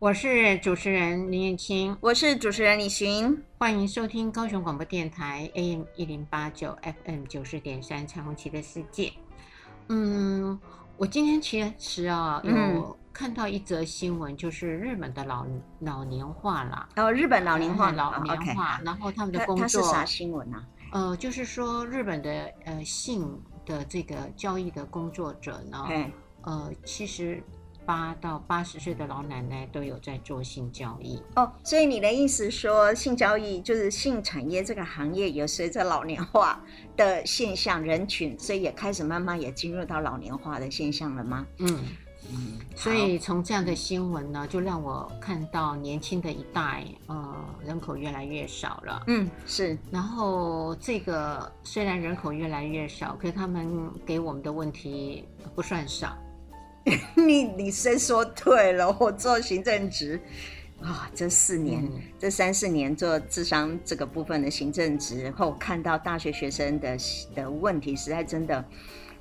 我是主持人林燕青，我是主持人李寻。欢迎收听高雄广播电台 AM 一零八九 FM 九十点三《彩虹旗的世界》。嗯，我今天其实啊、嗯有看到一则新闻，就是日本的老老年化啦，哦，日本老龄化，嗯老哦年，OK，化好，然后他们的它工它是作啥新闻啊？呃，就是说日本的呃性的这个交易的工作者呢，哎，呃，七十八到八十岁的老奶奶都有在做性交易。哦，所以你的意思说，性交易就是性产业这个行业也随着老年化的现象，人群，所以也开始慢慢也进入到老年化的现象了吗？嗯，嗯，所以从这样的新闻呢，就让我看到年轻的一代，呃，人口越来越少了好，。嗯，是， 然后这个虽然人口越来越少，可是他们给我们的问题不算少。你你先说对了，我做行政职啊、这四年，嗯这三四年做智商这个部分的行政职后，看到大学学生的的问题，实在真的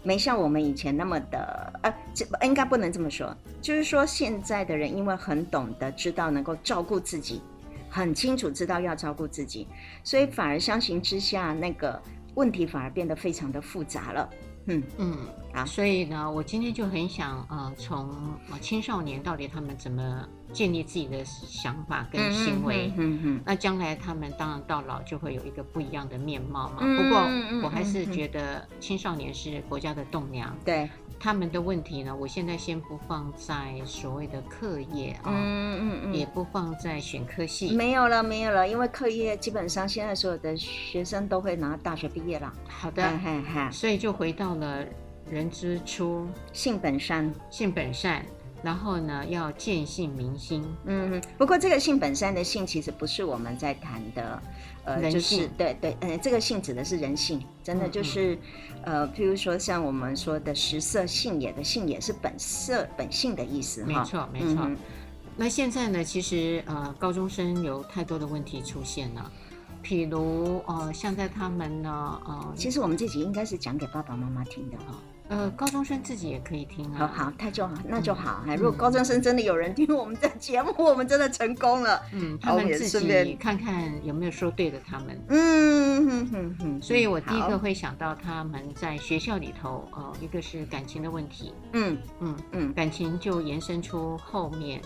没像我们以前那么的，呃，这应该不能这么说，就是说现在的人因为很懂得知道能够照顾自己，很清楚知道要照顾自己，所以反而相形之下，那个问题反而变得非常的复杂了。嗯，嗯，好所以呢，我今天就很想呃，从呃青少年到底他们怎么建立自己的想法跟行为，嗯嗯那将来他们当然到老就会有一个不一样的面貌嘛。嗯不过嗯嗯我还是嗯嗯觉得青少年是国家的栋梁，对，他们的问题呢，我现在先不放在所谓的课业啊、嗯嗯嗯，也不放在选科系，没有了，没有了，因为课业基本上现在所有的学生都会拿大学毕业了。好嗯的，嘿嘿，所以就回到了人之初，性本善，性本善，然后呢要见性明心。嗯，不过这个性本善的性其实不是我们在谈的，呃，人就是性对对，呃，这个性指的是人性，真的嗯就是，呃，譬如说像我们说的食色性也的性也是本色本性的意思哈。没错，没嗯错。哼那现在呢，其实呃，高中生有太多的问题出现了，譬如呃，像在他们呢，呃，其实我们这集应该是讲给爸爸妈妈听的哈。呃，高中生自己也可以听好啊。好，那就好，那就好。嗯如果高中生真的有人听我们的节目，我们真的成功了。嗯，他好我们们也自顺己便看看有没有说对的他们。嗯哼哼哼，所以我第一个嗯好，会想到他们在学校里头，呃，一个是感情的问题，嗯嗯，嗯，感情就延伸出后面，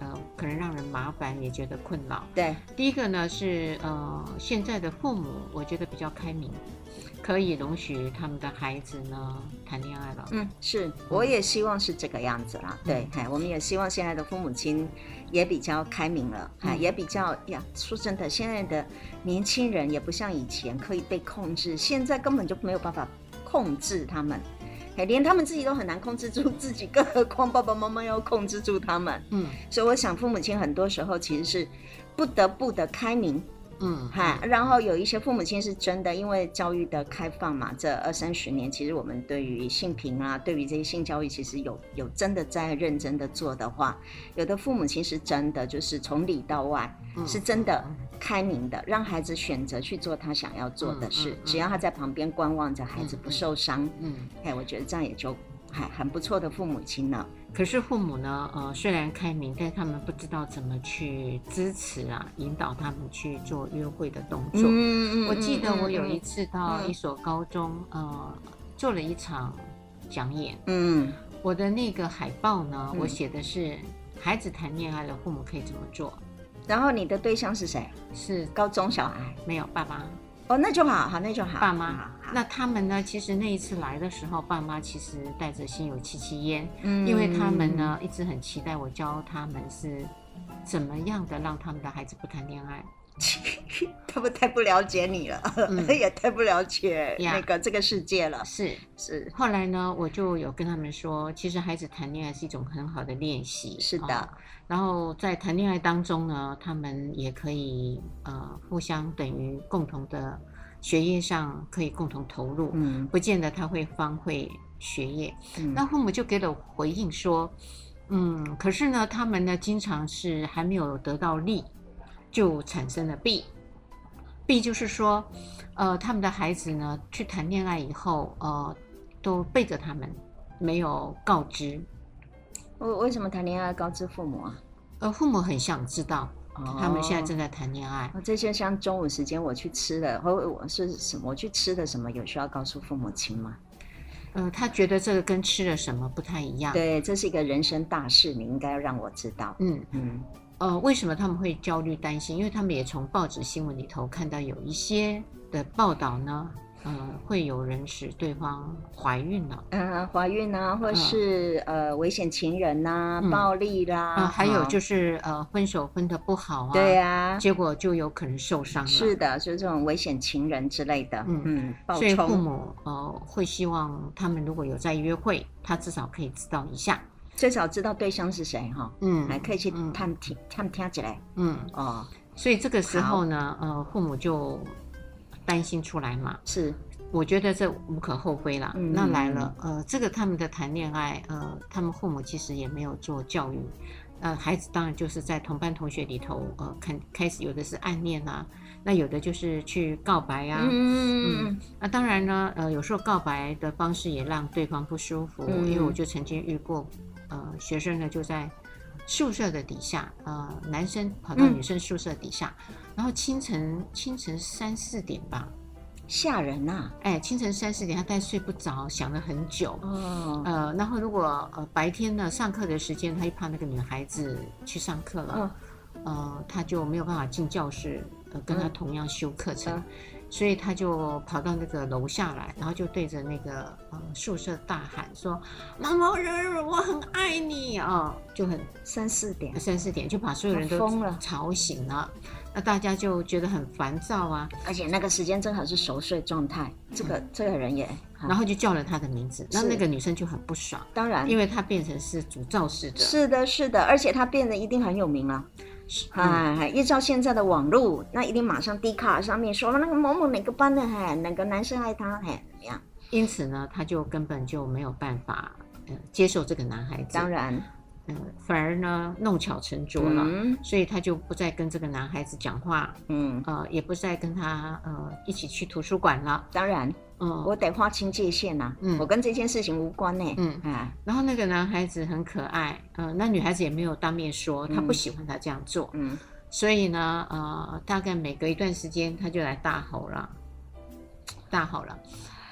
呃，可能让人麻烦也觉得困扰。对，第一个呢是呃，现在的父母我觉得比较开明，可以容许他们的孩子呢谈恋爱了。嗯，是，我也希望是这个样子啦。对嗯，哎，我们也希望现在的父母亲也比较开明了，哎，嗯也比较呀，说真的，现在的年轻人也不像以前可以被控制，现在根本就没有办法控制他们。哎，连他们自己都很难控制住自己，更何况爸爸妈妈要控制住他们。嗯所以我想，父母亲很多时候其实是不得不的开明，嗯，哈，然后有一些父母亲是真的，因为教育的开放嘛，这二三十年，其实我们对于性平啊，对于这些性教育，其实有有真的在认真的做的话，有的父母亲是真的就是从里到外嗯是真的嗯开明的，让孩子选择去做他想要做的嗯事嗯，嗯只要他在旁边观望着孩子嗯不嗯受伤，嗯。哎，我觉得这样也就还很不错的父母亲了。可是父母呢，呃，虽然开明，但他们不知道怎么去支持啊，引导他们去做约会的动作。嗯我记得我有一次，次到嗯一所高中，呃，做了一场讲演，嗯我的那个海报呢，嗯我写的是孩子谈恋爱了，父母可以怎么做？然后你的对象是谁？是高中小孩？没有爸爸、哦，那就好，好，那就好。爸好妈好。那他们呢？其实那一次来的时候，爸妈其实带着心有戚戚焉，嗯因为他们呢一直很期待我教他们是怎么样的让他们的孩子不谈恋爱。嗯 他们太不了解你了，嗯 也太不了解呀那个这个世界了。是。是后来呢，我就有跟他们说，其实孩子谈恋爱是一种很好的练习。是哦的，然后在谈恋爱当中呢，他们也可以呃互相等于共同的学业上可以共同投入，嗯不见得他会荒废学业。嗯那父母就给了我回应说，嗯，可是呢，他们呢经常是还没有得到利，就产生了弊。弊就是说，呃，他们的孩子呢去谈恋爱以后，呃，都背着他们，没有告知。为为什么谈恋爱要告知父母啊？呃，父母很想知道哦他们现在正在谈恋爱，哦，这就像中午时间我去吃了，或者我是什么我去吃的什么，有需要告诉父母亲吗？呃，他觉得这个跟吃了什么不太一样。，对，这是一个人生大事，你应该要让我知道。嗯，嗯，呃，为什么他们会焦虑担心？因为他们也从报纸新闻里头看到有一些的报道呢，呃，会有人使对方怀孕了，呃，怀孕啊，或嗯是、呃危险情人呐、嗯暴力啦，啊、还有哈就是呃，分手分的不好啊，对啊，结果就有可能受伤了。是的，就是这种危险情人之类的，嗯嗯，暴所以父冲，母呃会希望他们如果有在约会，他至少可以知道一下，最少知道对象是谁哈，嗯，还可以去嗯探听、探听起来嗯，哦，所以这个时候呢，呃，父母就担心出来嘛。是我觉得这无可厚非啦。嗯那来了，呃，这个他们的谈恋爱，呃，他们父母其实也没有做教育，呃，孩子当然就是在同班同学里头，呃，看开始有的是暗恋啊，那有的就是去告白啊，嗯那当然呢，呃，有时候告白的方式也让对方不舒服，嗯因为我就曾经遇过，呃，学生呢就在宿舍的底下，呃，男生跑到嗯女生宿舍底下，然后清晨清晨三四点吧，吓人呐、哎，清晨三四点他大概睡不着，想了很久。哦，呃，然后如果呃白天呢上课的时间，他又怕那个女孩子去上课了，嗯呃，他就没有办法进教室，呃，跟他嗯同样修课程，嗯所以他就跑到那个楼下来，然后就对着那个呃宿舍大喊说：“毛毛人儿，我很爱你啊、就很三四点，三四点就把所有人都疯了吵醒了，那大家就觉得很烦躁啊，而且那个时间正好是熟睡状态，这个这个人也，啊嗯然后就叫了他的名字，那是那个女生就很不爽，当然因为她变成是主肇事者，是的，是的，而且他变得一定很有名了。是嗯哎，依照现在的网络，那一定马上 D 卡上面说了那个某某哪个班的，嘿，哪个男生爱他，嘿，怎么样？因此呢，她就根本就没有办法。呃，接受这个男孩子，当然，嗯，反而呢弄巧成拙了，嗯所以他就不再跟这个男孩子讲话，嗯，呃，也不再跟他呃一起去图书馆了，当然，嗯、我得划清界限呐、嗯我跟这件事情无关呢、嗯。哎，然后那个男孩子很可爱，呃，那女孩子也没有当面说，她嗯不喜欢他这样做，嗯，所以呢，呃，大概每隔一段时间他就来大吼了，大吼了。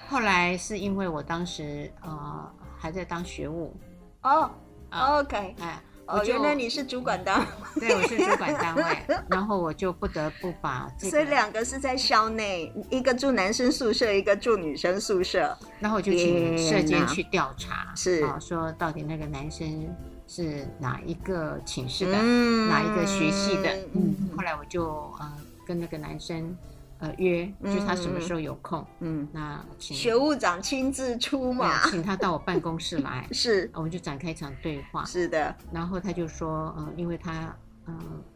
后来是因为我当时呃还在当学务，哦、啊 o k 哎，我哦，就原来你是主管 的，对我是主管单位，然后我就不得不把这所以个两个是在校内，一个住男生宿舍，一个住女生宿舍，然后我就请天社监哪去调查，是啊，说到底那个男生是哪一个寝室的，嗯哪一个学系的？嗯嗯，后来我就呃跟那个男生呃约，就是他什么时候有空，嗯，那请学务长亲自出对马，，请他到我办公室来是我们就展开一场对话。是的，然后他就说，呃，因为他呃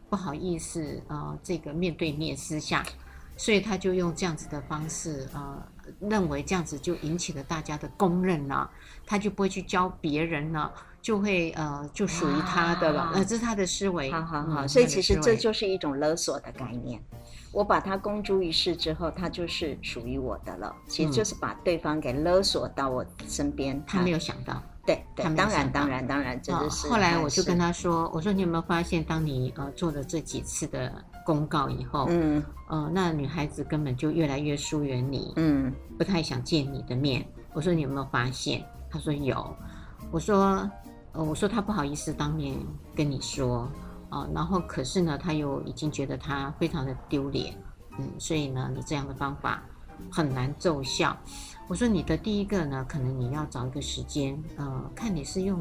不好意思，呃，这个面对面私下，所以他就用这样子的方式，呃，认为这样子就引起了大家的公认了，他就不会去教别人了，就会呃就属于他的了哇，呃，这是他的思维。好好嗯好，所以他的其实思这维就是一种勒索的概念。我把它公诸于世之后，它就是属于我的了。其实就是把对方给勒索到我身边。他没有想到。对对他没，有当然想到当然当然，这啊就是。后来我就跟，他说，我说你有没有发现，当你呃做了这几次的公告以后，嗯呃，那女孩子根本就越来越疏远你，嗯，不太想见你的面。我说你有没有发现？他说有。我说，呃，我说他不好意思当面跟你说，呃，然后可是呢，他又已经觉得他非常的丢脸，嗯，所以呢，你这样的方法很难奏效。我说你的第一个呢，可能你要找一个时间，呃，看你是用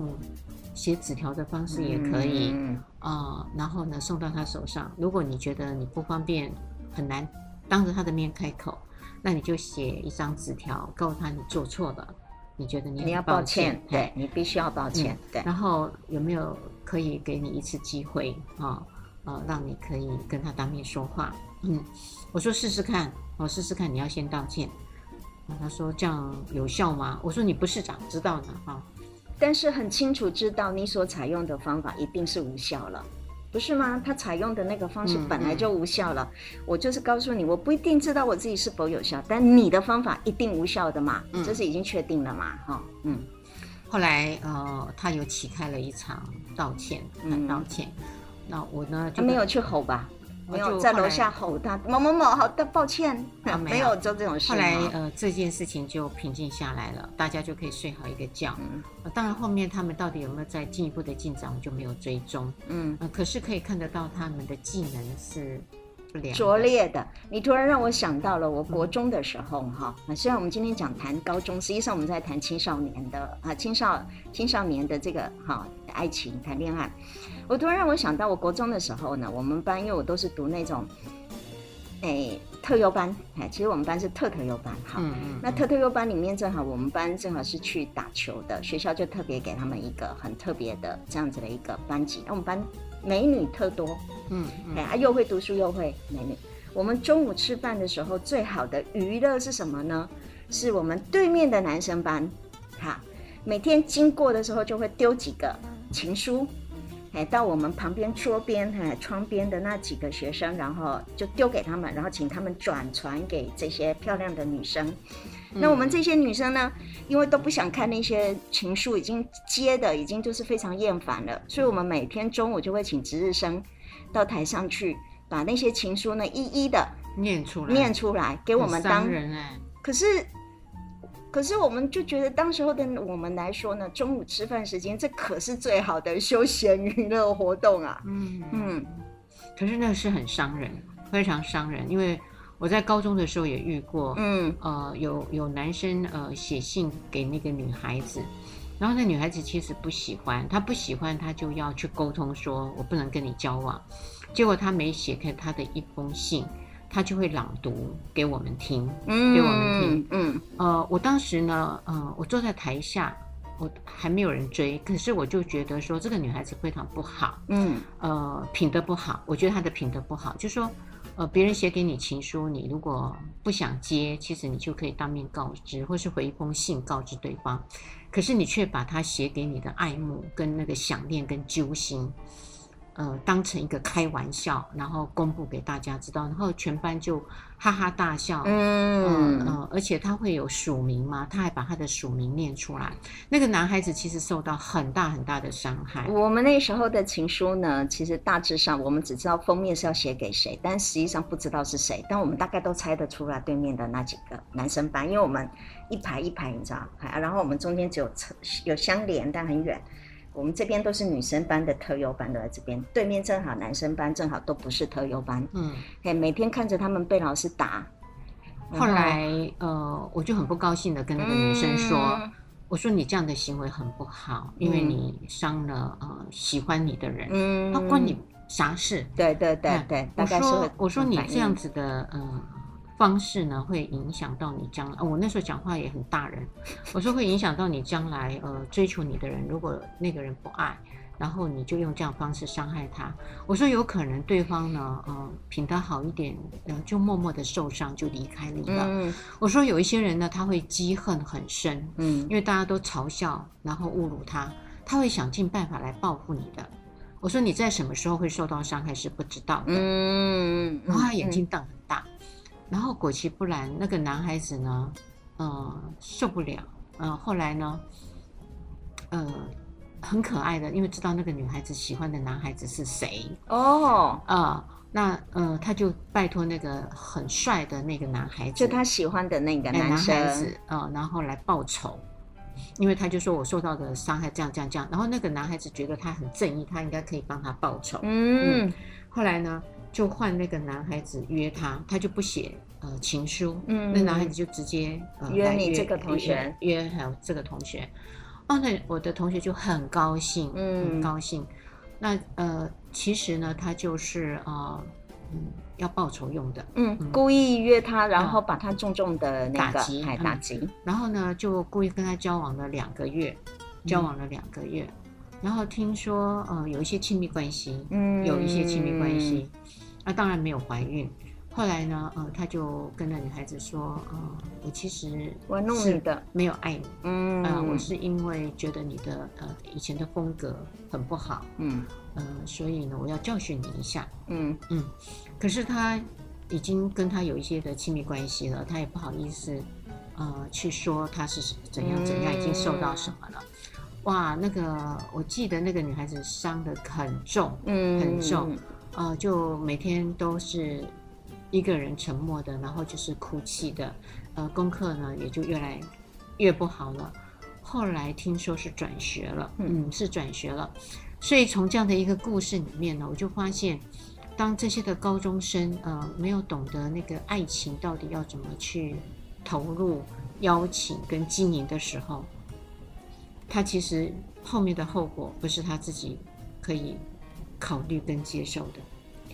写纸条的方式也可以，嗯呃，然后呢送到他手上。如果你觉得你不方便，很难当着他的面开口，那你就写一张纸条，告诉他你做错了，你觉得你你要很抱抱哎嗯歉，对嘿你必须要抱歉，对。然后有没有可以给你一次机会啊、呃，让你可以跟他当面说话？嗯，我说试试看，我试试看，你要先道歉。啊他说这样有效吗？我说你不是长知道呢啊、但是很清楚知道你所采用的方法一定是无效了，不是吗？他采用的那个方式嗯本来就无效了。我就是告诉你，我不一定知道我自己是否有效，但你的方法一定无效的嘛，嗯这是已经确定了嘛，哈、嗯，后来呃，他有启开了一场道歉，嗯道歉。那我呢他就没有去吼吧？没我有就在后楼来下吼他某某某，好的，抱歉，啊没没有有做这种事后哦来吗呃这件事情就平静下来了，大家就可以睡好一个觉。嗯呃当然后面他们到底有没有再进一步的进展，我就没有追踪。嗯，呃，可是可以看得到他们的技能是不良的拙劣的。你突然让我想到了我国中的时候哈，啊虽然我们今天讲谈高中，实际上我们在谈青少年的啊青少青少年的这个哈爱情谈恋爱。我突然让我想到我国中的时候呢，我们班因为我都是读那种，哎特优班，哎其实我们班是特特优班哈。嗯嗯，那嗯特特优班里面正好我们班正好是去打球的，学校就特别给他们一个很特别的这样子的一个班级。那我们班美女特多，嗯嗯哎、啊又会读书又会美女。我们中午吃饭的时候，最好的娱乐是什么呢？是我们对面的男生班，哈，每天经过的时候就会丢几个情书，哎，到我们旁边桌边、哎窗边的那几个学生，然后就丢给他们，然后请他们转传给这些漂亮的女生。嗯那我们这些女生呢，因为都不想看那些情书，已经接的已经就是非常厌烦了，所以我们每天中午就会请值日生到台上去，把那些情书呢一一的嗯念出来，念出来，给我很们伤当人哎，可是，可是我们就觉得当时候的我们来说呢，中午吃饭时间这可是最好的休闲娱乐活动啊。嗯嗯可是那是很伤人，非常伤人，因为我在高中的时候也遇过，嗯呃，有有男生呃写信给那个女孩子，然后那女孩子其实不喜欢，她不喜欢，她就要去沟通说，我不能跟你交往。结果她没写开她的一封信，她就会朗读给我们听。嗯，给我们听嗯呃，我当时呢，呃，我坐在台下，我还没有人追，可是我就觉得说这个女孩子非常不好。嗯呃品德不好，我觉得他的品德不好，就说呃别人写给你情书，你如果不想接，其实你就可以当面告知，或是回一封信告知对方，可是你却把他写给你的爱慕、跟那个想念、跟揪心。呃，当成一个开玩笑，然后公布给大家知道，然后全班就哈哈大笑。嗯、嗯呃，而且他会有署名嘛，他还把他的署名念出来。那个男孩子其实受到很大很大的伤害。我们那时候的情书呢，其实大致上我们只知道封面是要写给谁，但实际上不知道是谁，但我们大概都猜得出来对面的那几个男生班，因为我们一排一排，你知道，哎然后我们中间只有侧有相连，但很远。我们这边都是女生班的特优班都在这边，对面正好男生班正好都不是特优班，嗯，哎，每天看着他们被老师打。然后来呃，我就很不高兴的跟那个女生说，嗯我说你这样的行为很不好，因为嗯你伤了呃喜欢你的人，嗯他关你啥事？对对对哎对，大我概是会说我说你反这应样子的呃方式呢，会影响到你将来、呃我那时候讲话也很大人，我说会影响到你将来呃追求你的人，如果那个人不爱。然后你就用这样方式伤害他。我说有可能对方呢，呃，品德好一点，呃，就默默的受伤就离开你了。嗯我说有一些人呢，他会积恨很深，嗯因为大家都嘲笑，然后侮辱他，他会想尽办法来报复你的。我说你在什么时候会受到伤害是不知道的，嗯，然后他嗯眼睛瞪很大，然后果其不然，那个男孩子呢，呃，受不了，呃，后来呢，呃，很可爱的，因为知道那个女孩子喜欢的男孩子是谁，哦，啊、那呃，他就拜托那个很帅的那个男孩子，就他喜欢的那个哎男生，孩子，呃，然后来报仇，因为他就说我受到的伤害这样这样这样，然后那个男孩子觉得他很正义，他应该可以帮他报仇。嗯后来呢，就换那个男孩子约他，他就不写呃情书，嗯那男孩子就直接、呃、约来你这个同学约，约还有这个同学，哦，那我的同学就很高兴，嗯很高兴。那呃，其实呢，他就是呃，嗯，要报仇用的。嗯，嗯故意约他，然后把他重重的那个打击哎嗯打击，然后呢，就故意跟他交往了两个月，嗯交往了两个月，然后听说呃有一些亲密关系，嗯，有一些亲密关系，那、当然没有怀孕。后来呢，呃，他就跟那女孩子说，呃，我其实我弄是你的，没有爱你，嗯，呃，我是因为觉得你的呃以前的风格很不好，嗯呃，所以呢，我要教训你一下。嗯可是他已经跟他有一些的亲密关系了，他也不好意思，呃，去说他是怎样怎样，嗯已经受到什么了。哇，那个我记得那个女孩子伤得很重，嗯，很重，呃，就每天都是一个人沉默的，然后就是哭泣的，呃，功课呢也就越来越不好了。后来听说是转学了，嗯嗯，是转学了。所以从这样的一个故事里面呢，我就发现，当这些的高中生呃没有懂得那个爱情到底要怎么去投入、邀请跟经营的时候，他其实后面的后果不是他自己可以考虑跟接受的。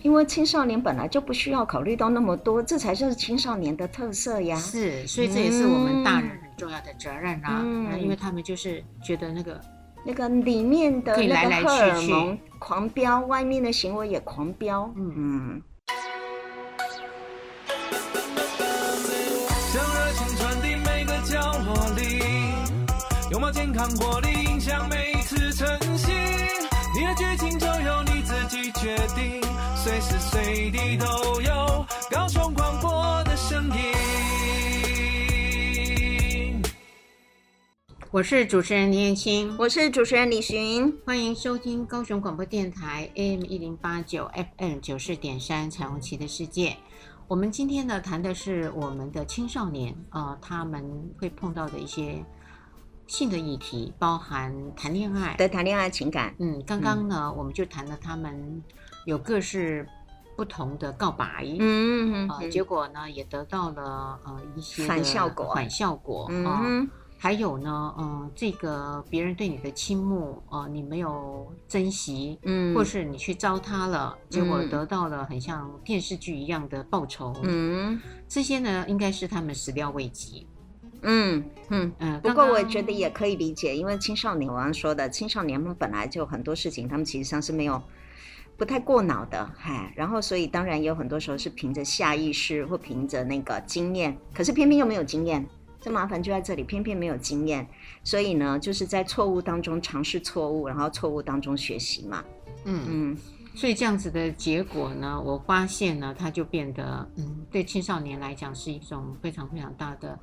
因为青少年本来就不需要考虑到那么多，这才是青少年的特色呀。是，所以这也是我们大人很重要的责任啦、嗯那因为他们就是觉得那个那个里面的可以那来个来荷尔去去蒙狂飙，外面的行为也狂飙。嗯将热情传递每个角落里，拥抱健康活力，影响每次晨曦。你的剧情就由你自己决定，随时随地都有高雄广播的声音。我是主持人林燕青，我是主持人李寻，欢迎收听高雄广播电台 AM 一零八九 FM 九四点三《彩虹旗的世界》。我们今天呢谈的是我们的青少年，呃，他们会碰到的一些性的议题，包含谈恋爱。的谈恋爱情感，嗯，刚刚呢、我们就谈了他们有各式不同的告白。嗯，呃，结果呢也得到了呃一些反的效果反效果嗯啊、哼还有呢，嗯、这个别人对你的倾慕，呃，你没有珍惜，嗯，或是你去糟蹋了，结果嗯得到了很像电视剧一样的报酬，，嗯这些呢应该是他们始料未及。嗯嗯。嗯、不刚过刚我觉得也可以理解，因为青少年，我刚刚说的，青少年们本来就很多事情，他们其实上是没有不太过脑的，嗨，然后所以当然有很多时候是凭着下意识或凭着那个经验，可是偏偏又没有经验，这麻烦就在这里，偏偏没有经验，所以呢，就是在错误当中尝试错误，然后错误当中学习嘛，嗯，嗯所以这样子的结果呢，我发现呢，它就变得，嗯，对青少年来讲是一种非常非常大的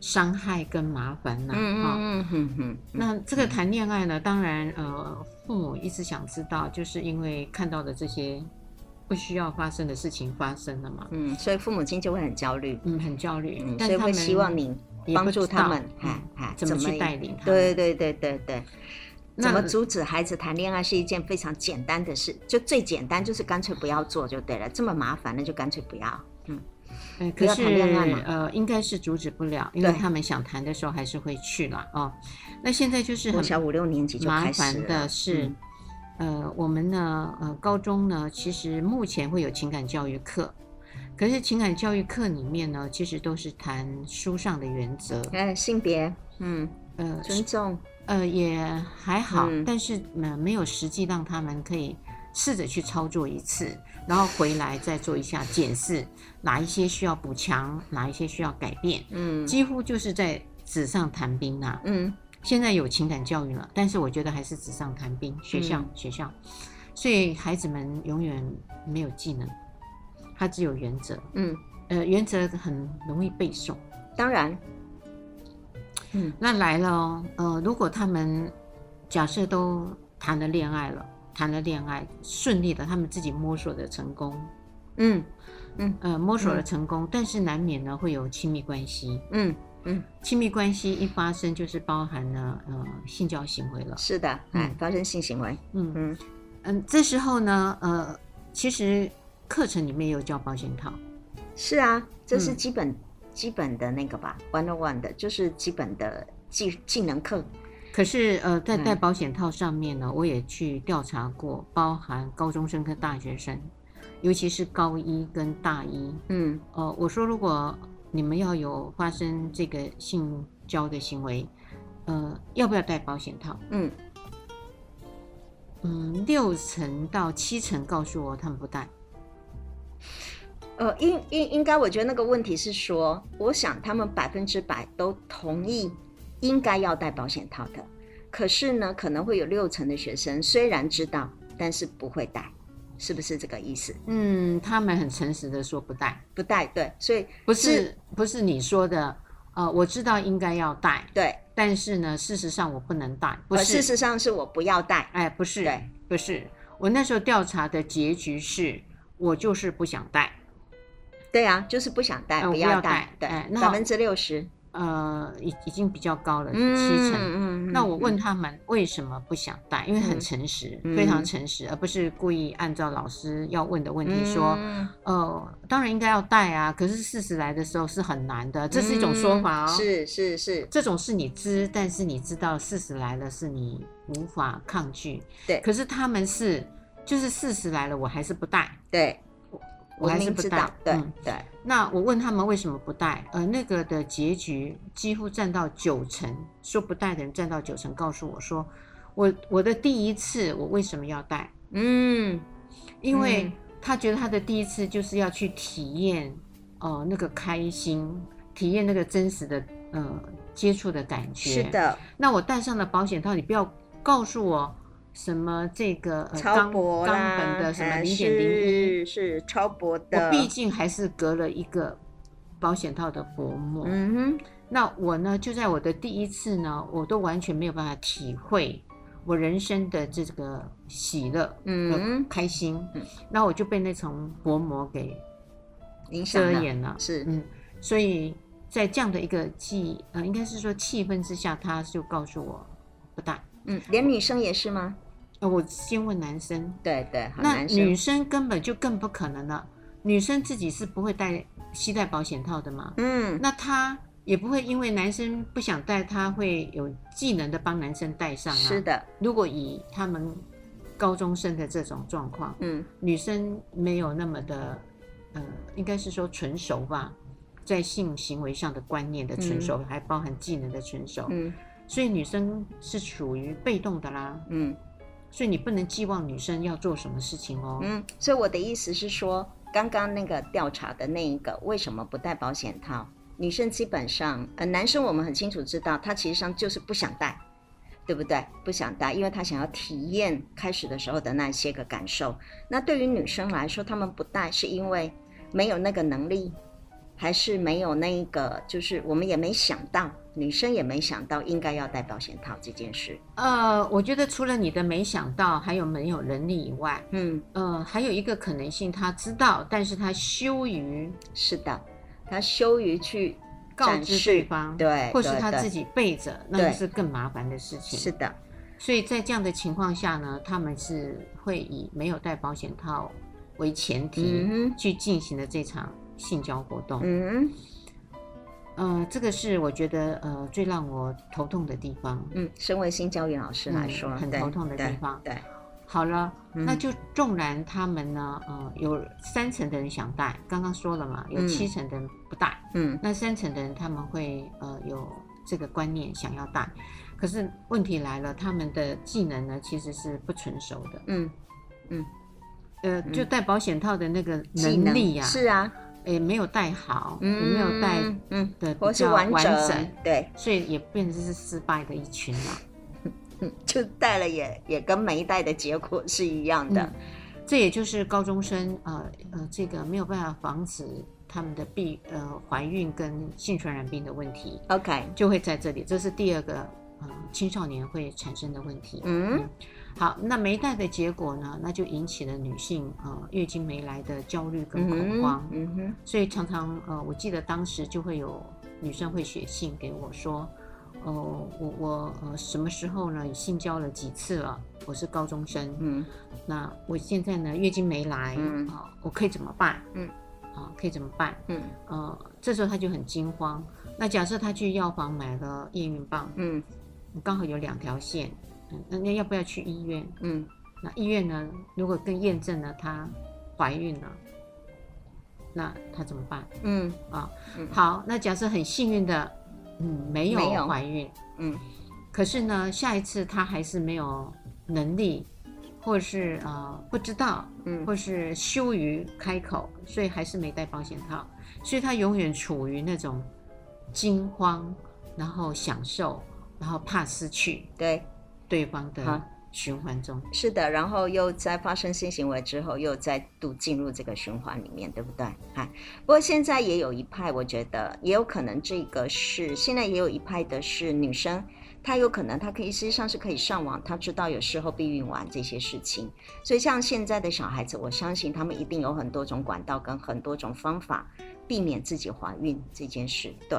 伤害跟麻烦呐、嗯啊。嗯嗯嗯嗯，那这个谈恋爱呢，当然，呃，父母一直想知道，就是因为看到的这些不需要发生的事情发生了嘛，嗯，所以父母亲就会很焦虑，嗯，很焦虑，嗯，但所以他会们希望你也不帮助知他道们，嗯哎哎，怎么去带领？领他对们，对对对对。那怎么阻止孩子谈恋爱是一件非常简单的事，就最简单就是干脆不要做就对了。这么麻烦那就干脆不要。呃不可要是谈恋爱嘛呃，应该是阻止不了，因为对他们想谈的时候还是会去啦。哦。那现在就是我很小五六年级就麻开始烦了的是，嗯呃，我们呢，呃，高中呢，其实目前会有情感教育课，可是情感教育课里面呢，其实都是谈书上的原则，呃，性别，嗯，呃尊重，呃，也还好，嗯但是呃，没有实际让他们可以试着去操作一次，然后回来再做一下检视，哪一些需要补强，哪一些需要改变，嗯几乎就是在纸上谈兵啊啦、嗯现在有情感教育了，但是我觉得还是纸上谈兵，学校、嗯学校，所以孩子们永远没有技能，他只有原则，嗯，呃，原则很容易背诵。当然，嗯那来了哦，呃，如果他们假设都谈了恋爱了，谈了恋爱顺利的，他们自己摸索的成功，嗯呃，摸索了成功，但是难免呢会有亲密关系。嗯，亲密关系一发生，就是包含了呃性交行为了。是的，哎、发生性行为，嗯嗯嗯，这时候呢，呃，其实课程里面也有教保险套，是啊，这是嗯基本、基本的那个吧，one on one 的，就是基本的技技能课，可是呃，在戴嗯保险套上面呢，我也去调查过，包含高中生跟大学生，尤其是高一跟大一。嗯呃，我说如果你们要有发生这个性交的行为，呃，要不要戴保险套？嗯，嗯，六成到七成告诉我他们不戴。呃，应应应该，我觉得那个问题是说，我想他们百分之百都同意应该要戴保险套的，可是呢，可能会有六成的学生虽然知道，但是不会戴，是不是这个意思？嗯，他们很诚实的说不戴。不戴，对，所以不是不是你说的，呃，我知道应该要戴，对，但是呢，事实上我不能带，不呃事是，实上是我不要带，哎，不是对，不是，我那时候调查的结局是，我就是不想带，对啊，就是不想带，呃不我不要要带带，对哎，那百分之六十，呃，已已经比较高了，嗯七成。嗯嗯那我问他们为什么不想带，因为很嗯诚实，嗯非常诚实，而不是故意按照老师要问的问题说，嗯呃，当然应该要带啊，可是事实来的时候是很难的，这是一种说法哦。嗯是是是，这种事你知，但是你知道事实来了是你无法抗拒。对可是他们是，就是事实来了，我还是不带，对，我还是明不知带道，。对嗯对，那我问他们为什么不带，呃，那个的结局几乎占到九成，说不带的人占到九成，告诉我说，我我的第一次我为什么要带？嗯因为嗯他觉得他的第一次就是要去体验，呃，那个开心，体验那个真实的，呃，接触的感觉。是。的，那我戴上了保险套，你不要告诉我什么这个、呃、超钢薄钢啦，本的什么还零点零一，是是超薄的，我毕竟还是隔了一个保险套的薄膜。嗯哼，那我呢，就在我的第一次呢，我都完全没有办法体会我人生的这个喜乐、嗯嗯、开心嗯。那我就被那层薄膜给影响遮了掩了。是嗯，所以在这样的一个气，呃，应该是说气氛之下，他就告诉我不大。嗯，连女生也是吗？呃，我先问男生，对对，好那男生女，生根本就更不可能了。女生自己是不会戴携带保险套的嘛？嗯，那她也不会因为男生不想戴，她会有技能的帮男生戴上啊。是。的，如果以他们高中生的这种状况，嗯女生没有那么的，呃，应该是说成熟吧，在性行为上的观念的成熟，还包含技能的成熟，嗯所以女生是属于被动的啦。嗯所以你不能寄望女生要做什么事情哦。嗯，所以我的意思是说，刚刚那个调查的那一个为什么不戴保险套？女生基本上，呃，男生我们很清楚知道，他其实上就是不想戴，对不对？不想戴，因为他想要体验开始的时候的那些个感受。那对于女生来说，她们不戴是因为没有那个能力，还是没有那一个，就是我们也没想到，女生也没想到应该要戴保险套这件事。呃，我觉得除了你的没想到，还有没有能力以外，嗯，呃，还有一个可能性，他知道，但是他羞于是的，他羞于去告展知示对方，对，或是对他对自己背着，那对就是更麻烦的事情。是的，所以在这样的情况下呢，他们是会以没有戴保险套为前提、嗯哼去进行的这场性交活动。嗯呃，这个是我觉得呃最让我头痛的地方。嗯，身为性教育老师来说，嗯很对头痛的地对方对，好了，嗯那就纵然他们呢，呃，有三成的人想戴，刚刚说了嘛，有嗯七成的人不戴，嗯那三成的人他们会呃有这个观念想要戴，可是问题来了，他们的技能呢其实是不成熟的。嗯，呃，就戴保险套的那个技能力呀、是啊，也没有戴好，嗯，也没有戴嗯，的比或是较完整，整，对，所以也变成是失败的一群了。嗯就戴了也也跟没戴的结果是一样的嗯，这也就是高中生呃呃，这个没有办法防止他们的避呃怀孕跟性传染病的问题， OK，就会在这里，这是第二个呃青少年会产生的问题。嗯好，那没戴的结果呢，那就引起了女性呃月经没来的焦虑跟嗯恐慌。哼嗯哼，所以常常呃，我记得当时就会有女生会写信给我说，哦、我我呃什么时候呢？性交了几次了？我是高中生，嗯那我现在呢月经没来，嗯啊、我可以怎么办？嗯，啊、可以怎么办？嗯呃，这时候她就很惊慌。那假设她去药房买了验孕棒，嗯刚好有两条线，嗯，那那要不要去医院？嗯，那医院呢，如果更验证了她怀孕了，那她怎么办？嗯啊、嗯好，那假设很幸运的，嗯，没没有有怀孕，嗯可是呢，下一次她还是没有能力，或是呃不知道，嗯或是羞于开口，所以还是没戴保险套，所以她永远处于那种惊慌，然后享受，然后怕失去对，对方的好循环中。是的，然后又在发生性行为之后，又再度进入这个循环里面，对不对？哎，不过现在也有一派，我觉得也有可能这个是现在也有一派的是女生，她有可能她可以实际上是可以上网，她知道有事后避孕丸这些事情，所以像现在的小孩子，我相信他们一定有很多种管道跟很多种方法避免自己怀孕这件事，对。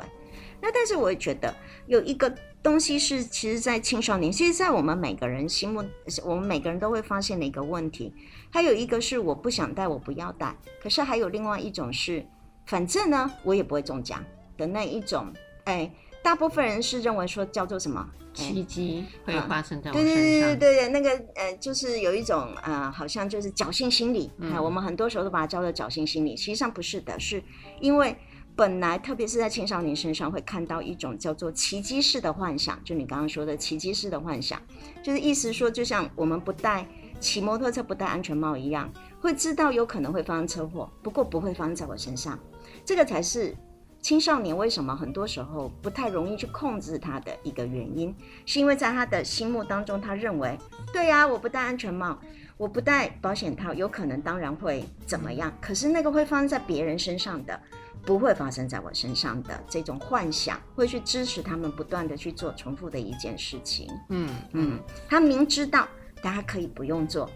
那但是我也觉得有一个东西是，其实，在青少年，其实，在我们每个人心目，我们每个人都会发现的一个问题。还有一个是我不想带，我不要带。可是还有另外一种是，反正呢，我也不会中奖的那一种。哎，大部分人是认为说叫做什么？哎奇迹会发生在我对身上。对对对对，那个呃，就是有一种呃，好像就是侥幸心理。啊，我们很多时候都把它叫做侥幸心理，实际上不是的，是因为本来特别是在青少年身上会看到一种叫做奇迹式的幻想，就你刚刚说的奇迹式的幻想，就是意思说，就像我们不戴骑摩托车不戴安全帽一样，会知道有可能会发生车祸，不过不会发生在我身上，这个才是。青少年为什么很多时候不太容易去控制他的一个原因，是因为在他的心目当中，他认为，对呀、我不戴安全帽，我不戴保险套，有可能当然会怎么样？可是那个会发生在别人身上的，不会发生在我身上的这种幻想，会去支持他们不断的去做重复的一件事情。嗯嗯，他明知道大家可以不用做，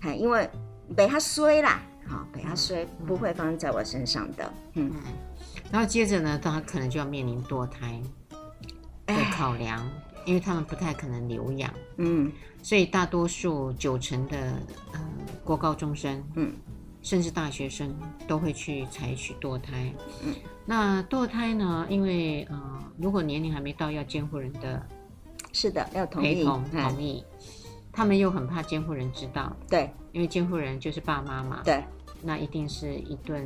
哎，因为被他衰啦，好、被他衰不会发生在我身上的。嗯，嗯。然后接着呢，他可能就要面临堕胎的哎考量，因为他们不太可能留养，嗯所以大多数九成的呃国高中生，嗯，甚至大学生都会去采取堕胎。嗯，那堕胎呢，因为呃如果年龄还没到要监护人的是的，要同陪意，同哎同意，他们又很怕监护人知道，对因为监护人就是爸妈嘛，对，那一定是一顿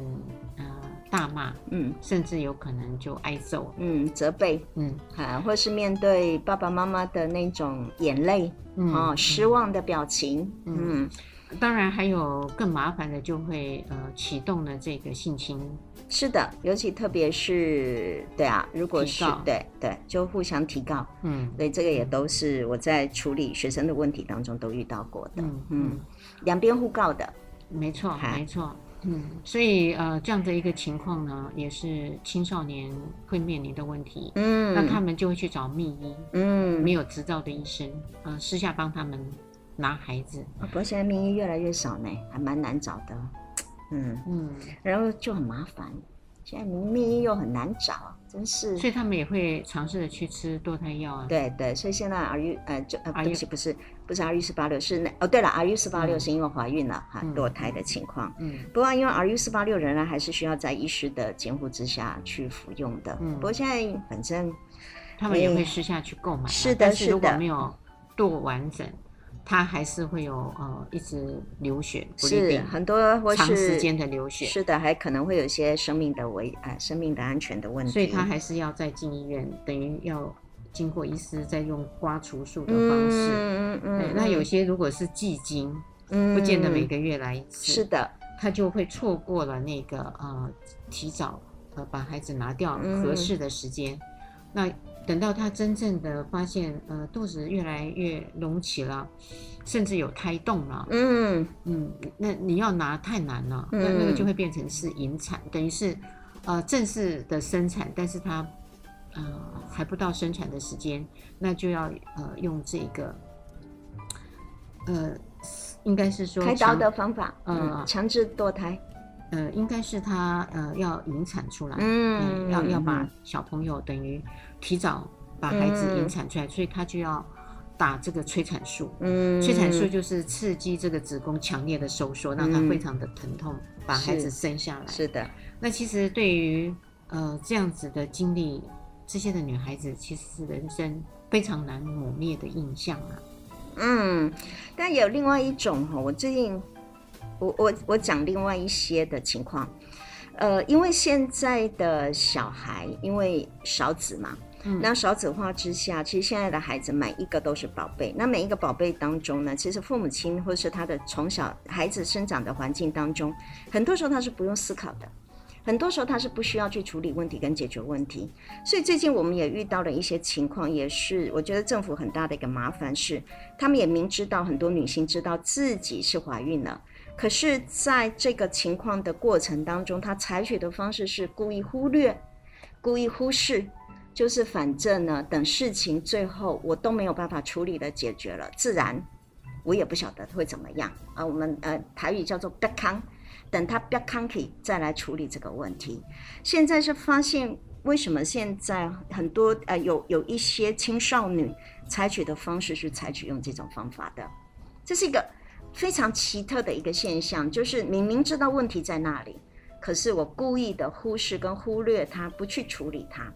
呃大骂，嗯甚至有可能就挨揍。嗯，责备嗯啊，或是面对爸爸妈妈的那种眼泪嗯啊、哦，失望的表情，嗯，当然，还有更麻烦的，就会呃启动了这个性侵，是的，尤其特别是对啊，如果提是告对对，就互相提告，嗯所以这个也都是我在处理学生的问题当中都遇到过的，嗯嗯嗯，两边互告的，没错嗨没错，嗯，所以呃这样的一个情况呢，也是青少年会面临的问题。嗯，那他们就会去找密医，嗯没，有执照的医生，呃，私下帮他们拿孩子，哦不过现在名医越来越少呢，还蛮难找的，嗯，嗯，然后就很麻烦，现在名医又很难找，真是。所以他们也会尝试的去吃堕胎药啊。对对，所以现在 R U 呃，就呃，对不 RU 起，不是不是 R U 四八六，是那哦，对了，R U 四八六嗯是因为怀孕了哈，嗯堕胎的情况。嗯不过因为 R U 四八六仍然还是需要在医师的监护之下去服用的。嗯不过现在反正他们也哎会私下去购买啊、是的但是是如果的没有做完整，它还是会有呃一直流血，不利是病很多或长时是间的流血，是的，还可能会有一些生命的危啊、生命的安全的问题。所以他还是要再进医院，等于要经过医师再用刮除术的方式。嗯嗯对嗯，那有些如果是季经，嗯不见得每个月来一次，是的，他就会错过了那个呃提早呃把孩子拿掉嗯合适的时间。那等到他真正的发现呃肚子越来越隆起了，甚至有胎动了，嗯嗯，那你要拿太难了，那嗯那个就会变成是引产，等于是呃正式的生产，但是它呃还不到生产的时间，那就要呃用这个呃应该是说开刀强的方法，嗯，嗯强制堕胎，呃，应该是他呃要引产出来，哎嗯要要嗯把嗯小朋友等于提早把孩子引产出来，所以他就要打这个催产素。嗯，催产素就是刺激这个子宫强烈的收缩，让它嗯非常的疼痛，把孩子生下来。是的，那其实对于呃这样子的经历，这些的女孩子其实是人生非常难抹灭的印象啊。嗯，但有另外一种哈，我最近我我我讲另外一些的情况，呃，因为现在的小孩因为少子嘛，嗯那少子化之下，其实现在的孩子每一个都是宝贝。那每一个宝贝当中呢，其实父母亲或是他的从小孩子生长的环境当中，很多时候他是不用思考的。很多时候他是不需要去处理问题跟解决问题。所以最近我们也遇到了一些情况，也是我觉得政府很大的一个麻烦是，他们也明知道很多女性知道自己是怀孕了。可是，在这个情况的过程当中，他采取的方式是故意忽略、故意忽视，就是反正呢，等事情最后我都没有办法处理了、解决了，自然我也不晓得会怎么样啊。我们呃台语叫做“不康”，等他不康可以再来处理这个问题。现在是发现为什么现在很多呃有有一些青少女采取的方式是采取用这种方法的，这是一个。非常奇特的一个现象，就是明明知道问题在那里，可是我故意的忽视跟忽略它，不去处理它，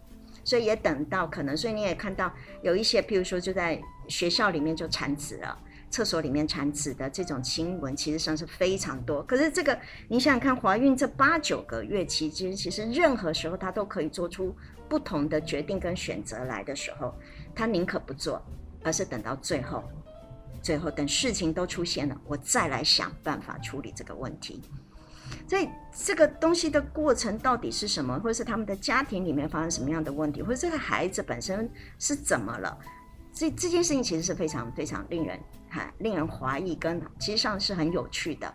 所以也等到可能，所以你也看到有一些，譬如说就在学校里面就产子了，厕所里面产子的这种新闻，其实上是非常多。可是这个你想想看，怀孕这八九个月期间，其实任何时候她都可以做出不同的决定跟选择来的时候，她宁可不做，而是等到最后。最后等事情都出现了，我再来想办法处理这个问题。所以这个东西的过程到底是什么，或者是他们的家庭里面发生什么样的问题，或者这个孩子本身是怎么了？这这件事情其实是非常非常令人哈令人怀疑，跟其实上是很有趣的。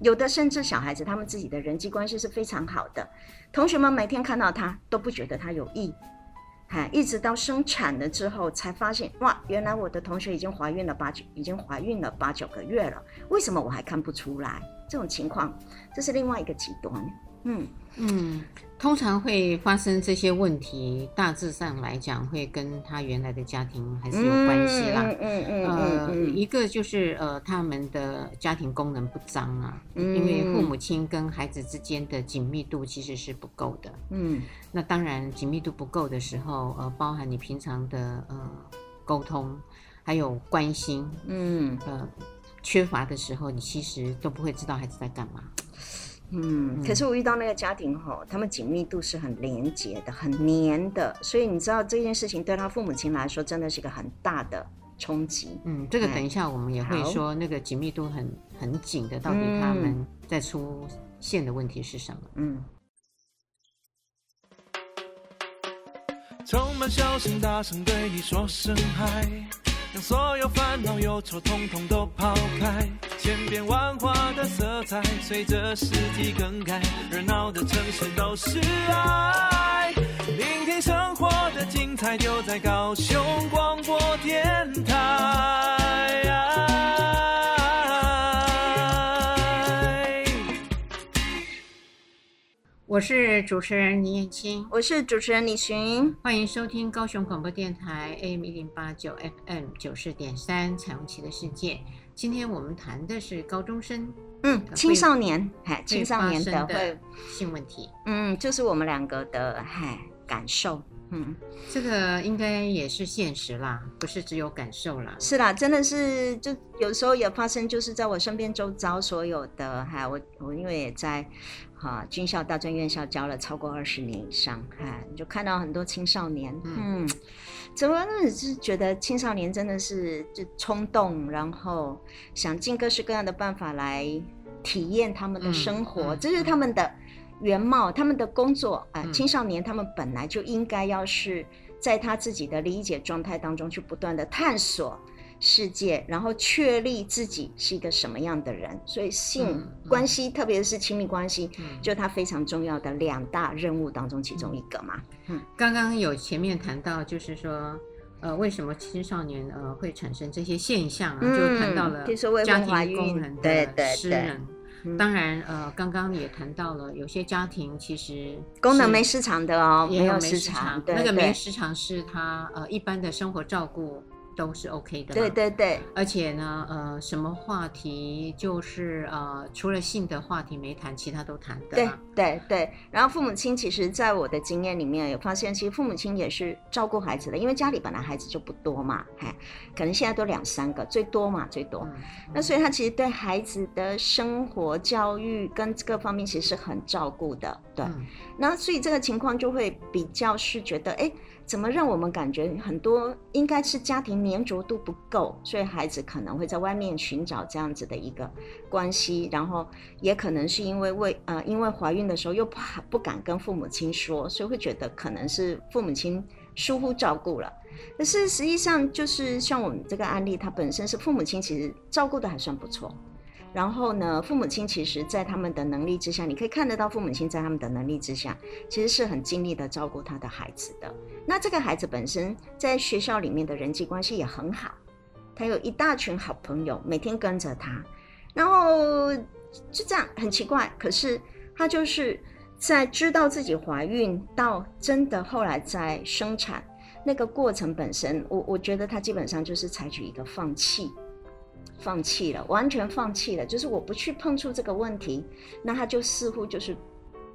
有的甚至小孩子他们自己的人际关系是非常好的，同学们每天看到他都不觉得他有异。哎，一直到生产了之后，才发现哇，原来我的同学已经怀孕了八九，已经怀孕了八九个月了，为什么我还看不出来？这种情况，这是另外一个极端。嗯嗯，通常会发生这些问题，大致上来讲会跟他原来的家庭还是有关系啦。嗯嗯嗯嗯呃，嗯一个就是呃，他们的家庭功能不彰啊，嗯因为父母亲跟孩子之间的紧密度其实是不够的。嗯那当然，紧密度不够的时候，呃，包含你平常的呃沟通，还有关心，嗯呃，缺乏的时候，你其实都不会知道孩子在干嘛。嗯。可是我遇到那个家庭吼，他们紧密度是很连结的，很黏的，所以你知道这件事情对他父母亲来说真的是一个很大的冲击。嗯，这个哎等一下我们也会好说，那个紧密度很很紧的，到底他们在出现的问题是什么？嗯充满笑声，大声对你说声嗨，让所有烦恼忧愁统统都抛开。千变万化的色彩随着四季更改，热闹的城市都是爱。聆听生活的精彩，就在高雄广播电台。我是主持人倪燕青，我是主持人李寻，欢迎收听高雄广播电台 AM 一零八九 FM 九四点三《彩虹旗的世界》。今天我们谈的是高中生嗯，青少年，哎，青会少发年生的的会。性问题，嗯，就是我们两个的唉感受。嗯，这个应该也是现实啦，不是只有感受啦。是啦，真的是，就有时候也发生，就是在我身边周遭所有的，哈，我我因为也在，哈、军校、大专院校教了超过二十年以上，哈，你就看到很多青少年，嗯，怎么呢？就是觉得青少年真的是就冲动，然后想尽各式各样的办法来体验他们的嗯生活，嗯这是他们的原貌，他们的工作啊、嗯青少年他们本来就应该要是在他自己的理解状态当中去不断的探索世界，然后确立自己是一个什么样的人。所以嗯性嗯关系，特别是亲密关系，嗯就他非常重要的两大任务当中其中一个嘛。刚刚有前面谈到，就是说，呃，为什么青少年呃会产生这些现象啊？嗯就谈到了比如说未家婚怀庭功孕能对对的失对能。嗯当然，呃，刚刚也谈到了，有些家庭其实功能是没失常的哦，也有有没失时常，长，对那个没对时长是他呃一般的生活照顾都是 OK 的，对。对对，而且呢，呃，什么话题就是呃，除了性的话题没谈，其他都谈的对啦。对对，然后父母亲其实，在我的经验里面有发现，其实父母亲也是照顾孩子的，因为家里本来孩子就不多嘛，哎，可能现在都两三个，最多嘛，最多。嗯那所以他其实对孩子的生活、教育跟各方面其实是很照顾的，对。嗯那所以这个情况就会比较是觉得，哎，怎么让我们感觉很多应该是家庭粘着度不够，所以孩子可能会在外面寻找这样子的一个关系，然后也可能是因为为呃因为怀孕的时候又怕不敢跟父母亲说，所以会觉得可能是父母亲疏忽照顾了。可是实际上就是像我们这个案例，他本身是父母亲其实照顾的还算不错。然后呢，父母亲其实，在他们的能力之下，你可以看得到父母亲在他们的能力之下，其实是很尽力的照顾他的孩子的。那这个孩子本身在学校里面的人际关系也很好，他有一大群好朋友，每天跟着他，然后就这样很奇怪。可是他就是在知道自己怀孕到真的后来在生产那个过程本身，我我觉得他基本上就是采取一个放弃。放弃了，完全放弃了，就是我不去碰触这个问题，那他就似乎就是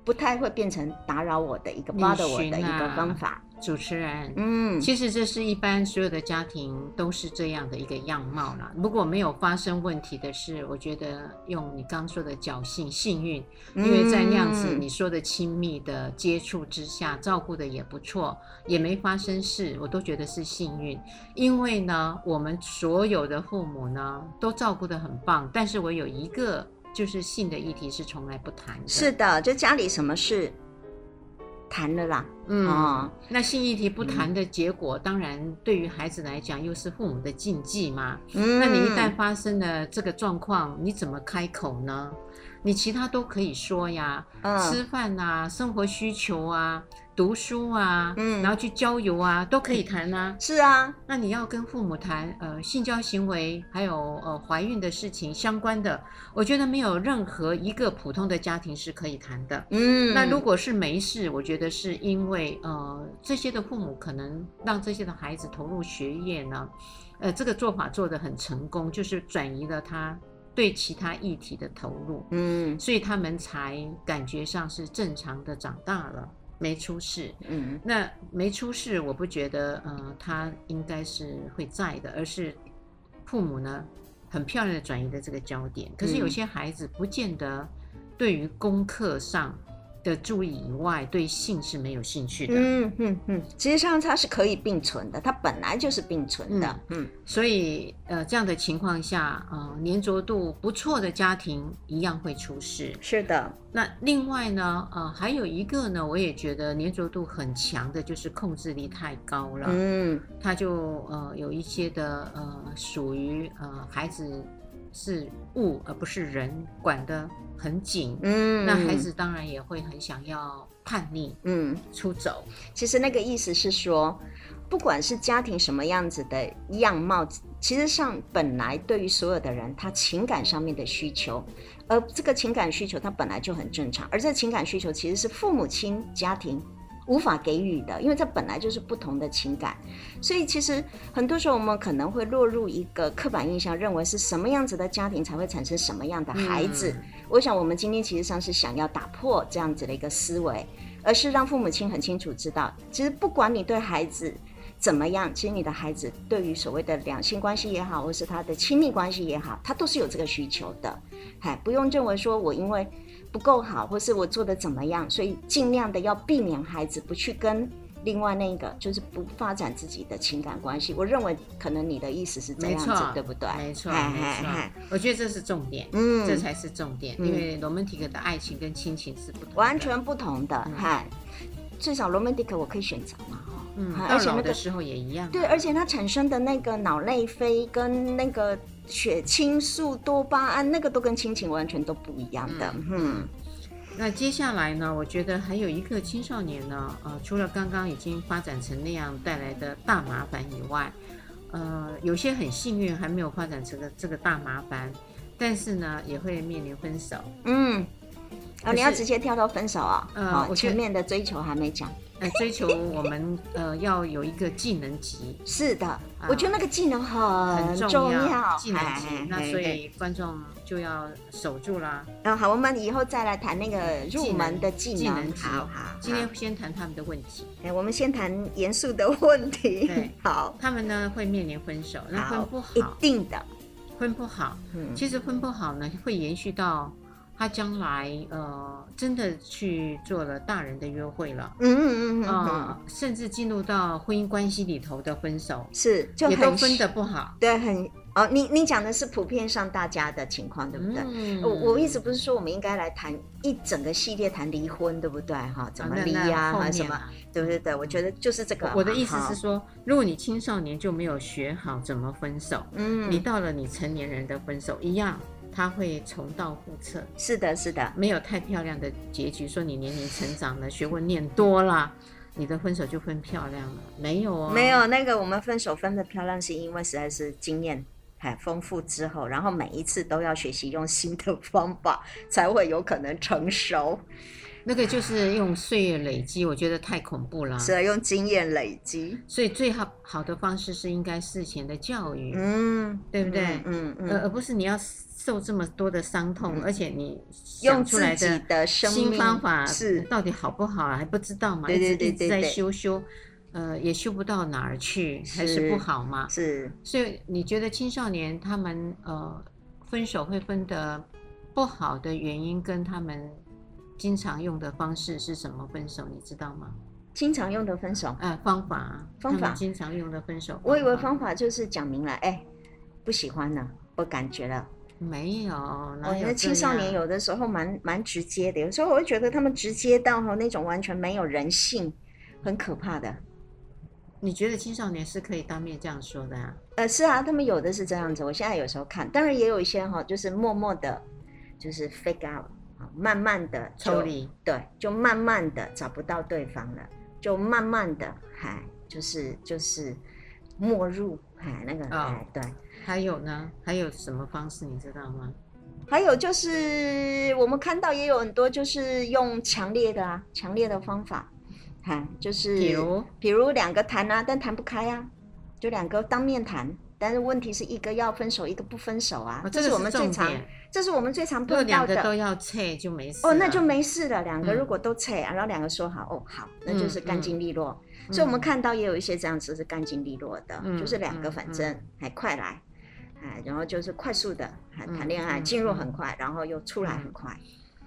不太会变成打扰我的一个、旅 bother 我行的一个啊方法。主持人，嗯，其实这是一般所有的家庭都是这样的一个样貌啦。如果没有发生问题的是，我觉得用你刚说的侥幸、幸运，因为在那样子嗯你说的亲密的接触之下，照顾的也不错，也没发生事，我都觉得是幸运。因为呢，我们所有的父母呢都照顾的很棒，但是我有一个就是性的议题是从来不谈的，是的，就家里什么事谈了啦，嗯。哦，那性议题不嗯谈的结果，当然对于孩子来讲又是父母的禁忌嘛。嗯，那你一旦发生了这个状况，你怎么开口呢？你其他都可以说呀，吃嗯饭啊，生活需求啊，读书啊，嗯然后去郊游啊，都可以谈啊。是啊，那你要跟父母谈呃性交行为，还有呃怀孕的事情相关的，我觉得没有任何一个普通的家庭是可以谈的。嗯，那如果是没事，我觉得是因为呃，这些的父母可能让这些的孩子投入学业呢，呃，这个做法做得很成功，就是转移了他对其他议题的投入，嗯所以他们才感觉上是正常的长大了，没出事。嗯那没出事，我不觉得呃，他应该是会在的，而是父母呢很漂亮的转移了这个焦点。可是有嗯些孩子不见得对于功课上的注意以外，对性是没有兴趣的。嗯嗯嗯，实际上它是可以并存的，它本来就是并存的，嗯所以呃，这样的情况下，呃，粘着度不错的家庭一样会出事。是的，那另外呢，呃，还有一个呢，我也觉得粘着度很强的，就是控制力太高了。嗯他就呃有一些的呃属于呃孩子是物而不是人，管得很紧。嗯，那孩子当然也会很想要叛逆嗯。出走，其实那个意思是说，不管是家庭什么样子的样貌，其实上本来对于所有的人，他情感上面的需求，而这个情感需求它本来就很正常，而这情感需求其实是父母亲家庭。无法给予的，因为这本来就是不同的情感，所以其实很多时候我们可能会落入一个刻板印象，认为是什么样子的家庭才会产生什么样的孩嗯子。我想，我们今天其实上是想要打破这样子的一个思维，而是让父母亲很清楚知道，其实不管你对孩子怎么样，其实你的孩子对于所谓的两性关系也好，或是他的亲密关系也好，他都是有这个需求的。哎，不用认为说我因为不够好，或是我做的怎么样，所以尽量的要避免孩子不去跟。另外那个就是不发展自己的情感关系，我认为可能你的意思是这没样子错，，对不对？没错，哎没哎错哎。我觉得这是重点，嗯，这才是重点，嗯因为罗曼蒂克的爱情跟亲情是不同的，完全不同的嗯，嗨、至少 romantic 我可以选择嘛，哈、嗯，嗨到而且老那个的时候也一样啊。对，而且它产生的那个脑内啡跟那个血清素、多巴胺，那个都跟亲情完全都不一样的，嗯那接下来呢？我觉得还有一个青少年呢，呃，除了刚刚已经发展成那样带来的大麻烦以外，呃，有些很幸运还没有发展成个这个大麻烦，但是呢，也会面临分手。嗯。可哦，你要是直接跳到分手啊、嗯哦我觉得前面的追求还没讲。呃，追求我们呃要有一个技能级，是的、我觉得那个技能很啊很重重哎技能级嗨。那所，嗨嗨以观众就要守住啦。嗯，好，我们以后再来谈那个入门的技能。技能级好好，今好天先谈他们的问题，哎，我们先谈严肃的问题对。 好，他们呢会面临分手，嗯那婚不一好，定的，婚不好，嗯，其实婚不好呢，会延续到他将来呃真的去做了大人的约会了嗯嗯嗯嗯嗯，啊、甚至进入到婚姻关系里头的分手，是就也很都分的不好，对，很哦，你你讲的是普遍上大家的情况，对不对？嗯我我一直不是说我们应该来谈一整个系列谈离婚，对不对？哈，怎么离呀、啊那那后还面什么？啊啊对不对？对，我觉得就是这个嘛。我的意思是哈，说，如果你青少年就没有学好怎么分手，你嗯，到了你成年人的分手一样，他会重蹈覆辙，是的，是的，没有太漂亮的结局。说你年龄成长了，学问念多了，你的分手就分漂亮了，没有哦，没有那个我们分手分的漂亮，是因为实在是经验很丰富之后，然后每一次都要学习用新的方法，才会有可能成熟，那个就是用岁月累积，我觉得太恐怖了。是用经验累积。所以最好好的方式是应该事前的教育，嗯，对不对呃嗯嗯，而而不是你要受这么多的伤痛，而且你用想出自来己的生命新方法是到底好不好啊还不知道嘛，对对对一直一直对在对修修，呃，也修不到哪儿去，还是是不好嘛。是所以你觉得青少年他们呃分手会分得不好的原因，跟他们经常用的方式是什么分手，你知道吗？经常用的分手。呃，方法啊，方法他们经常用的分手，我以为方法就是讲明了，哎、不喜欢了，不感觉了。没有，我哪觉有得哦青少这年样有的时候蛮蛮直接的，有时候我会觉得他们直接到哈那种完全没有人性，很可怕的。你觉得青少年是可以当面这样说的啊？呃，是啊，他们有的是这样子。我现在有时候看，当然也有一些哈，就是默默的，就是 fake out，啊慢慢的抽，离，对，就慢慢的找不到对方了，就慢慢的，嗨，就是就是没入，嗨，那个，哦哎、对。还有呢？还有什么方式你知道吗？还有就是，我们看到也有很多就是用强烈的啊，强烈的方法，哈，就是比如比如两个谈啊，但谈不开啊，就两个当面谈，但是问题是一个要分手，一个不分手啊，哦这这是个我们是重最常，点，这是我们最常如果碰到两个都的。要撤就没事哦，那了就没事了。两个嗯如果都扯、啊，然后两个说好，哦好，那就是嗯干嗯净利落。所以我们嗯看到也有一些这样子是干净利落的，嗯就是两个嗯反嗯正还快来，哎，然后就是快速的哎嗯谈恋爱，嗯进入嗯很快，然后又出来很嗯快，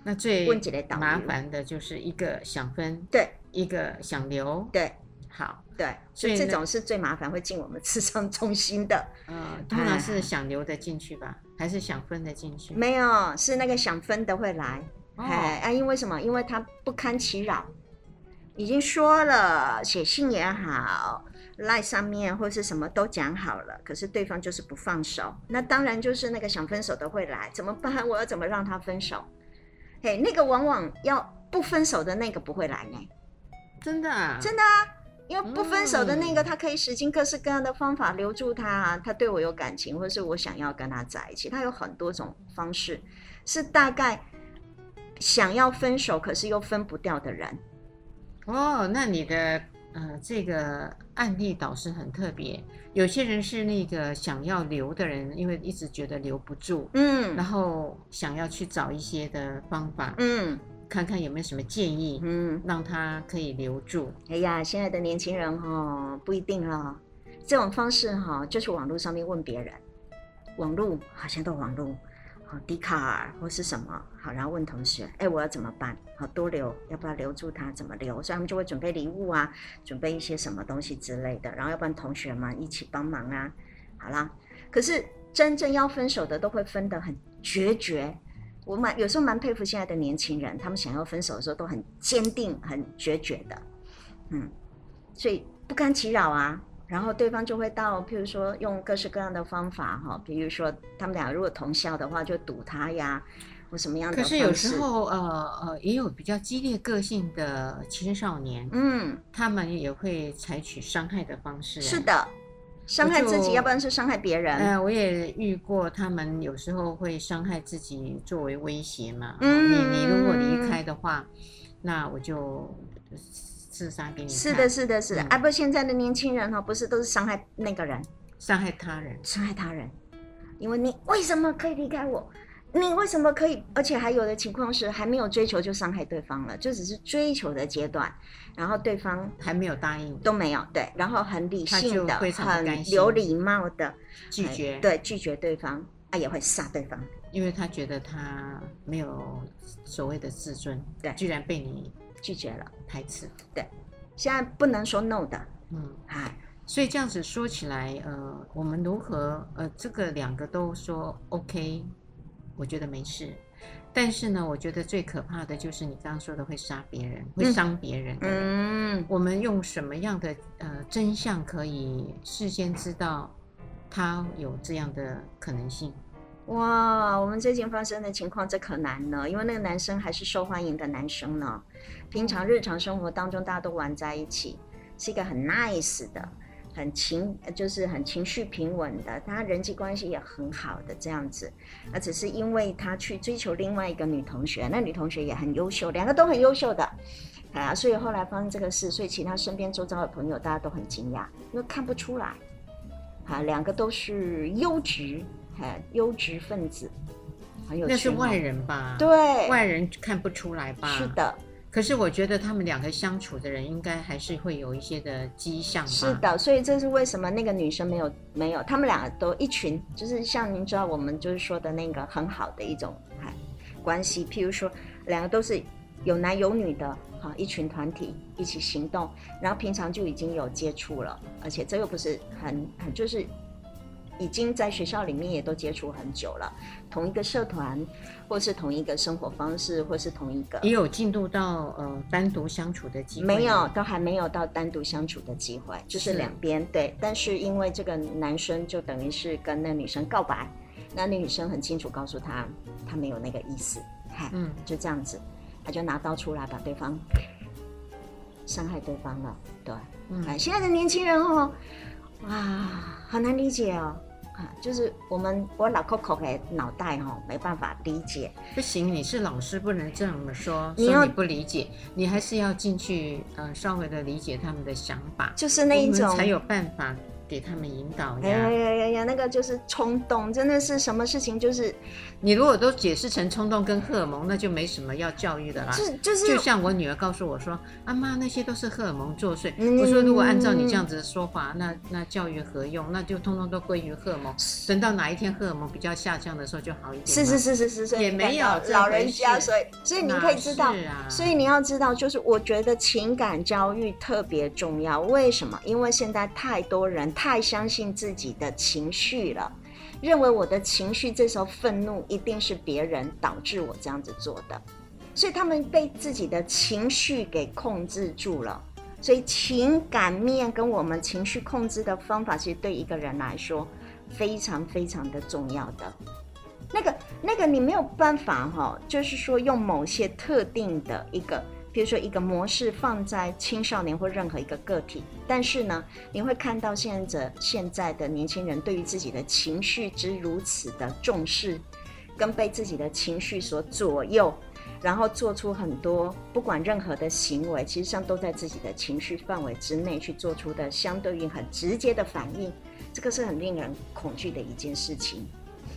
那最问起来导游麻烦的就是一个想分，对一个想留。对好，对，所所以以这那种是最麻烦，会进我们 智商中心的。呃，通常是想留的进去吧，还是想分的进去？哎没有，是那个想分的会来，哦哎啊，因为什么？因为他不堪其扰，已经说了，写信也好，赖上面或是什么都讲好了，可是对方就是不放手，那当然就是那个想分手的会来，怎么办？我要怎么让他分手？嘿，那个往往要不分手的那个不会来呢，真的啊，真的啊。因为不分手的嗯那个，他可以使尽各式各样的方法留住他、啊，他对我有感情，或者是我想要跟他在一起，他有很多种方式，是大概想要分手，可是又分不掉的人。哦，那你的呃这个案例倒是很特别。有些人是那个想要留的人，因为一直觉得留不住，然嗯后想要去找一些的方法，嗯看看有没有什么建议，嗯，让他可以留住。哎呀，现在的年轻人哦，不一定了，这种方式哈、就是网络上面问别人，网络好像都网络，哦，迪卡尔或是什么，好，然后问同学，哎，我要怎么办？好，多留，要不要留住他？怎么留？所以他们就会准备礼物啊，准备一些什么东西之类的，然后要不然同学们一起帮忙啊，好啦。可是真正要分手的都会分得很决绝。我蛮有时候蛮佩服现在的年轻人，他们想要分手的时候都很坚定、很决绝的，嗯，所以不堪其扰啊。然后对方就会到，譬如说用各式各样的方法哈，比如说他们俩如果同校的话，就堵他呀，或什么样的可方式。是有时，候，呃呃，也有比较激烈个性的青少年，嗯，他们也会采取伤害的方式。是。的，伤害自己，就要不然是伤害别人。呃，我也遇过，他们有时候会伤害自己作为威胁嘛。嗯你你如果离开的话，那我就自杀给你看。是的，是的，是的。嗯啊，不，现在的年轻人哦哈，不是都是伤害那个人，伤害他人。伤害他人，因为你为什么可以离开我？你为什么可以？而且还有的情况是还没有追求就伤害对方了，就只是追求的阶段，然后对方还没有答应都没有对，然后很理性的，他就非常不很甘心有礼貌的拒哎绝，对拒绝对方，啊也会杀对方，因为他觉得他没有所谓的自尊，对居然被你拒绝了。排斥，现在不能说 no 的，嗯，哎，所以这样子说起来，呃，我们如何，呃，这个两个都说 OK，我觉得没事，但是呢，我觉得最可怕的就是你刚刚说的会杀别人，会嗯伤别人的人嗯，我们用什么样的呃真相可以事先知道他有这样的可能性？哇，我们最近发生的情况这可难了，因为那个男生还是受欢迎的男生呢。平嗯常日常生活当中，大家都玩在一起，是一个很 nice 的，很情就是很情绪平稳的，他人际关系也很好的这样子。那只是因为他去追求另外一个女同学，那女同学也很优秀，两个都很优秀的。啊，所以后来发生这个事，所以其他身边周遭的朋友大家都很惊讶，因为看不出来。啊，两个都是优质，哎，优质分子，很有那是权谋外，人吧？，对，外人看不出来吧？是。的，可是我觉得他们两个相处的人，应该还是会有一些的迹象吧？是，的，所以这是为什么那个女生没有没有，他们俩都一群，就是像您知道我们就是说的那个很好的一种哎关系，譬如说两个都是有男有女的，好一群团体一起行动，然后平常就已经有接触了，而且这又不是很很就是已经在学校里面也都接触很久了，同一个社团，或是同一个生活方式，或是同一个也有进入到呃单独相处的机会吗。没有，都还没有到单独相处的机会，就是是两边对。但是因为这个男生就等于是跟那女生告白，那那女生很清楚告诉他，他没有那个意思，嗨，嗯，就这样子，他就拿刀出来把对方伤害对方了，对。嗯哎，现在的年轻人哦，哇，很难理解哦。啊，就是我们我老 Coco 的脑袋哦，没办法理解。不行，你是老师，不能这么说，你说要你不理解，你还是要进去呃稍微的理解他们的想法，就是那一我们种才有办法给他们引导哎呀呀。呀呀呀！那个就是冲动，真的是什么事情就是你如果都解释成冲动跟荷尔蒙，那就没什么要教育的啦。就就是啊就像我女儿告诉我说：“阿、妈，那些都是荷尔蒙作祟。嗯我说：“如果按照你这样子说法，那那教育何用？那就通通都归于荷尔蒙。等到哪一天荷尔蒙比较下降的时候，就好一点。”是是，是是是，所以也没有感到这老回人家，事所以所以你可以知道哪，是啊，所以你要知道，就是我觉得情感教育特别重要。为什么？因为现在太多人太相信自己的情绪了，认为我的情绪这时候愤怒一定是别人导致我这样子做的，所以他们被自己的情绪给控制住了。所以情感面跟我们情绪控制的方法，其实对一个人来说非常非常的重要的。那个那个你没有办法哈、就是说用某些特定的一个，比如说一个模式放在青少年或任何一个个体，但是呢，你会看到现在现在的年轻人对于自己的情绪之如此的重视，跟被自己的情绪所左右。然后做出很多不管任何的行为，其实上都在自己的情绪范围之内去做出的相对应很直接的反应，这个是很令人恐惧的一件事情。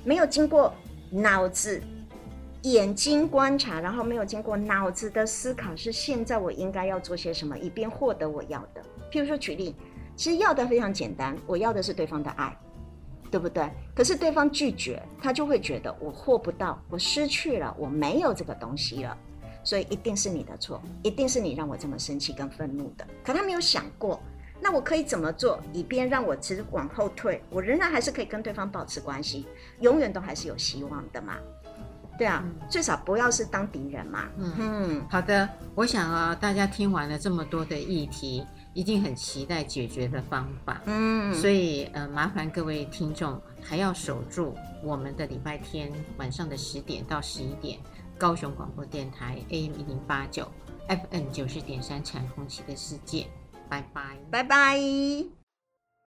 没有经过脑子、眼睛观察，然后没有经过脑子的思考，是现在我应该要做些什么，以便获得我要的。譬如说，举例，其实要的非常简单，我要的是对方的爱，对不对？可是对方拒绝，他就会觉得我获不到，我失去了，我没有这个东西了。所以一定是你的错，一定是你让我这么生气跟愤怒的。可他没有想过，那我可以怎么做，以便让我只往后退，我仍然还是可以跟对方保持关系，永远都还是有希望的嘛？对啊，嗯最少不要是当敌人嘛。嗯嗯，好的，我想啊，大家听完了这么多的议题，一定很期待解决的方法。嗯，所以呃，麻烦各位听众还要守住我们的礼拜天晚上的十点到十一点，高雄广播电台 AM 一零八九 FM 九十点三《产空气的世界》，拜拜。拜拜。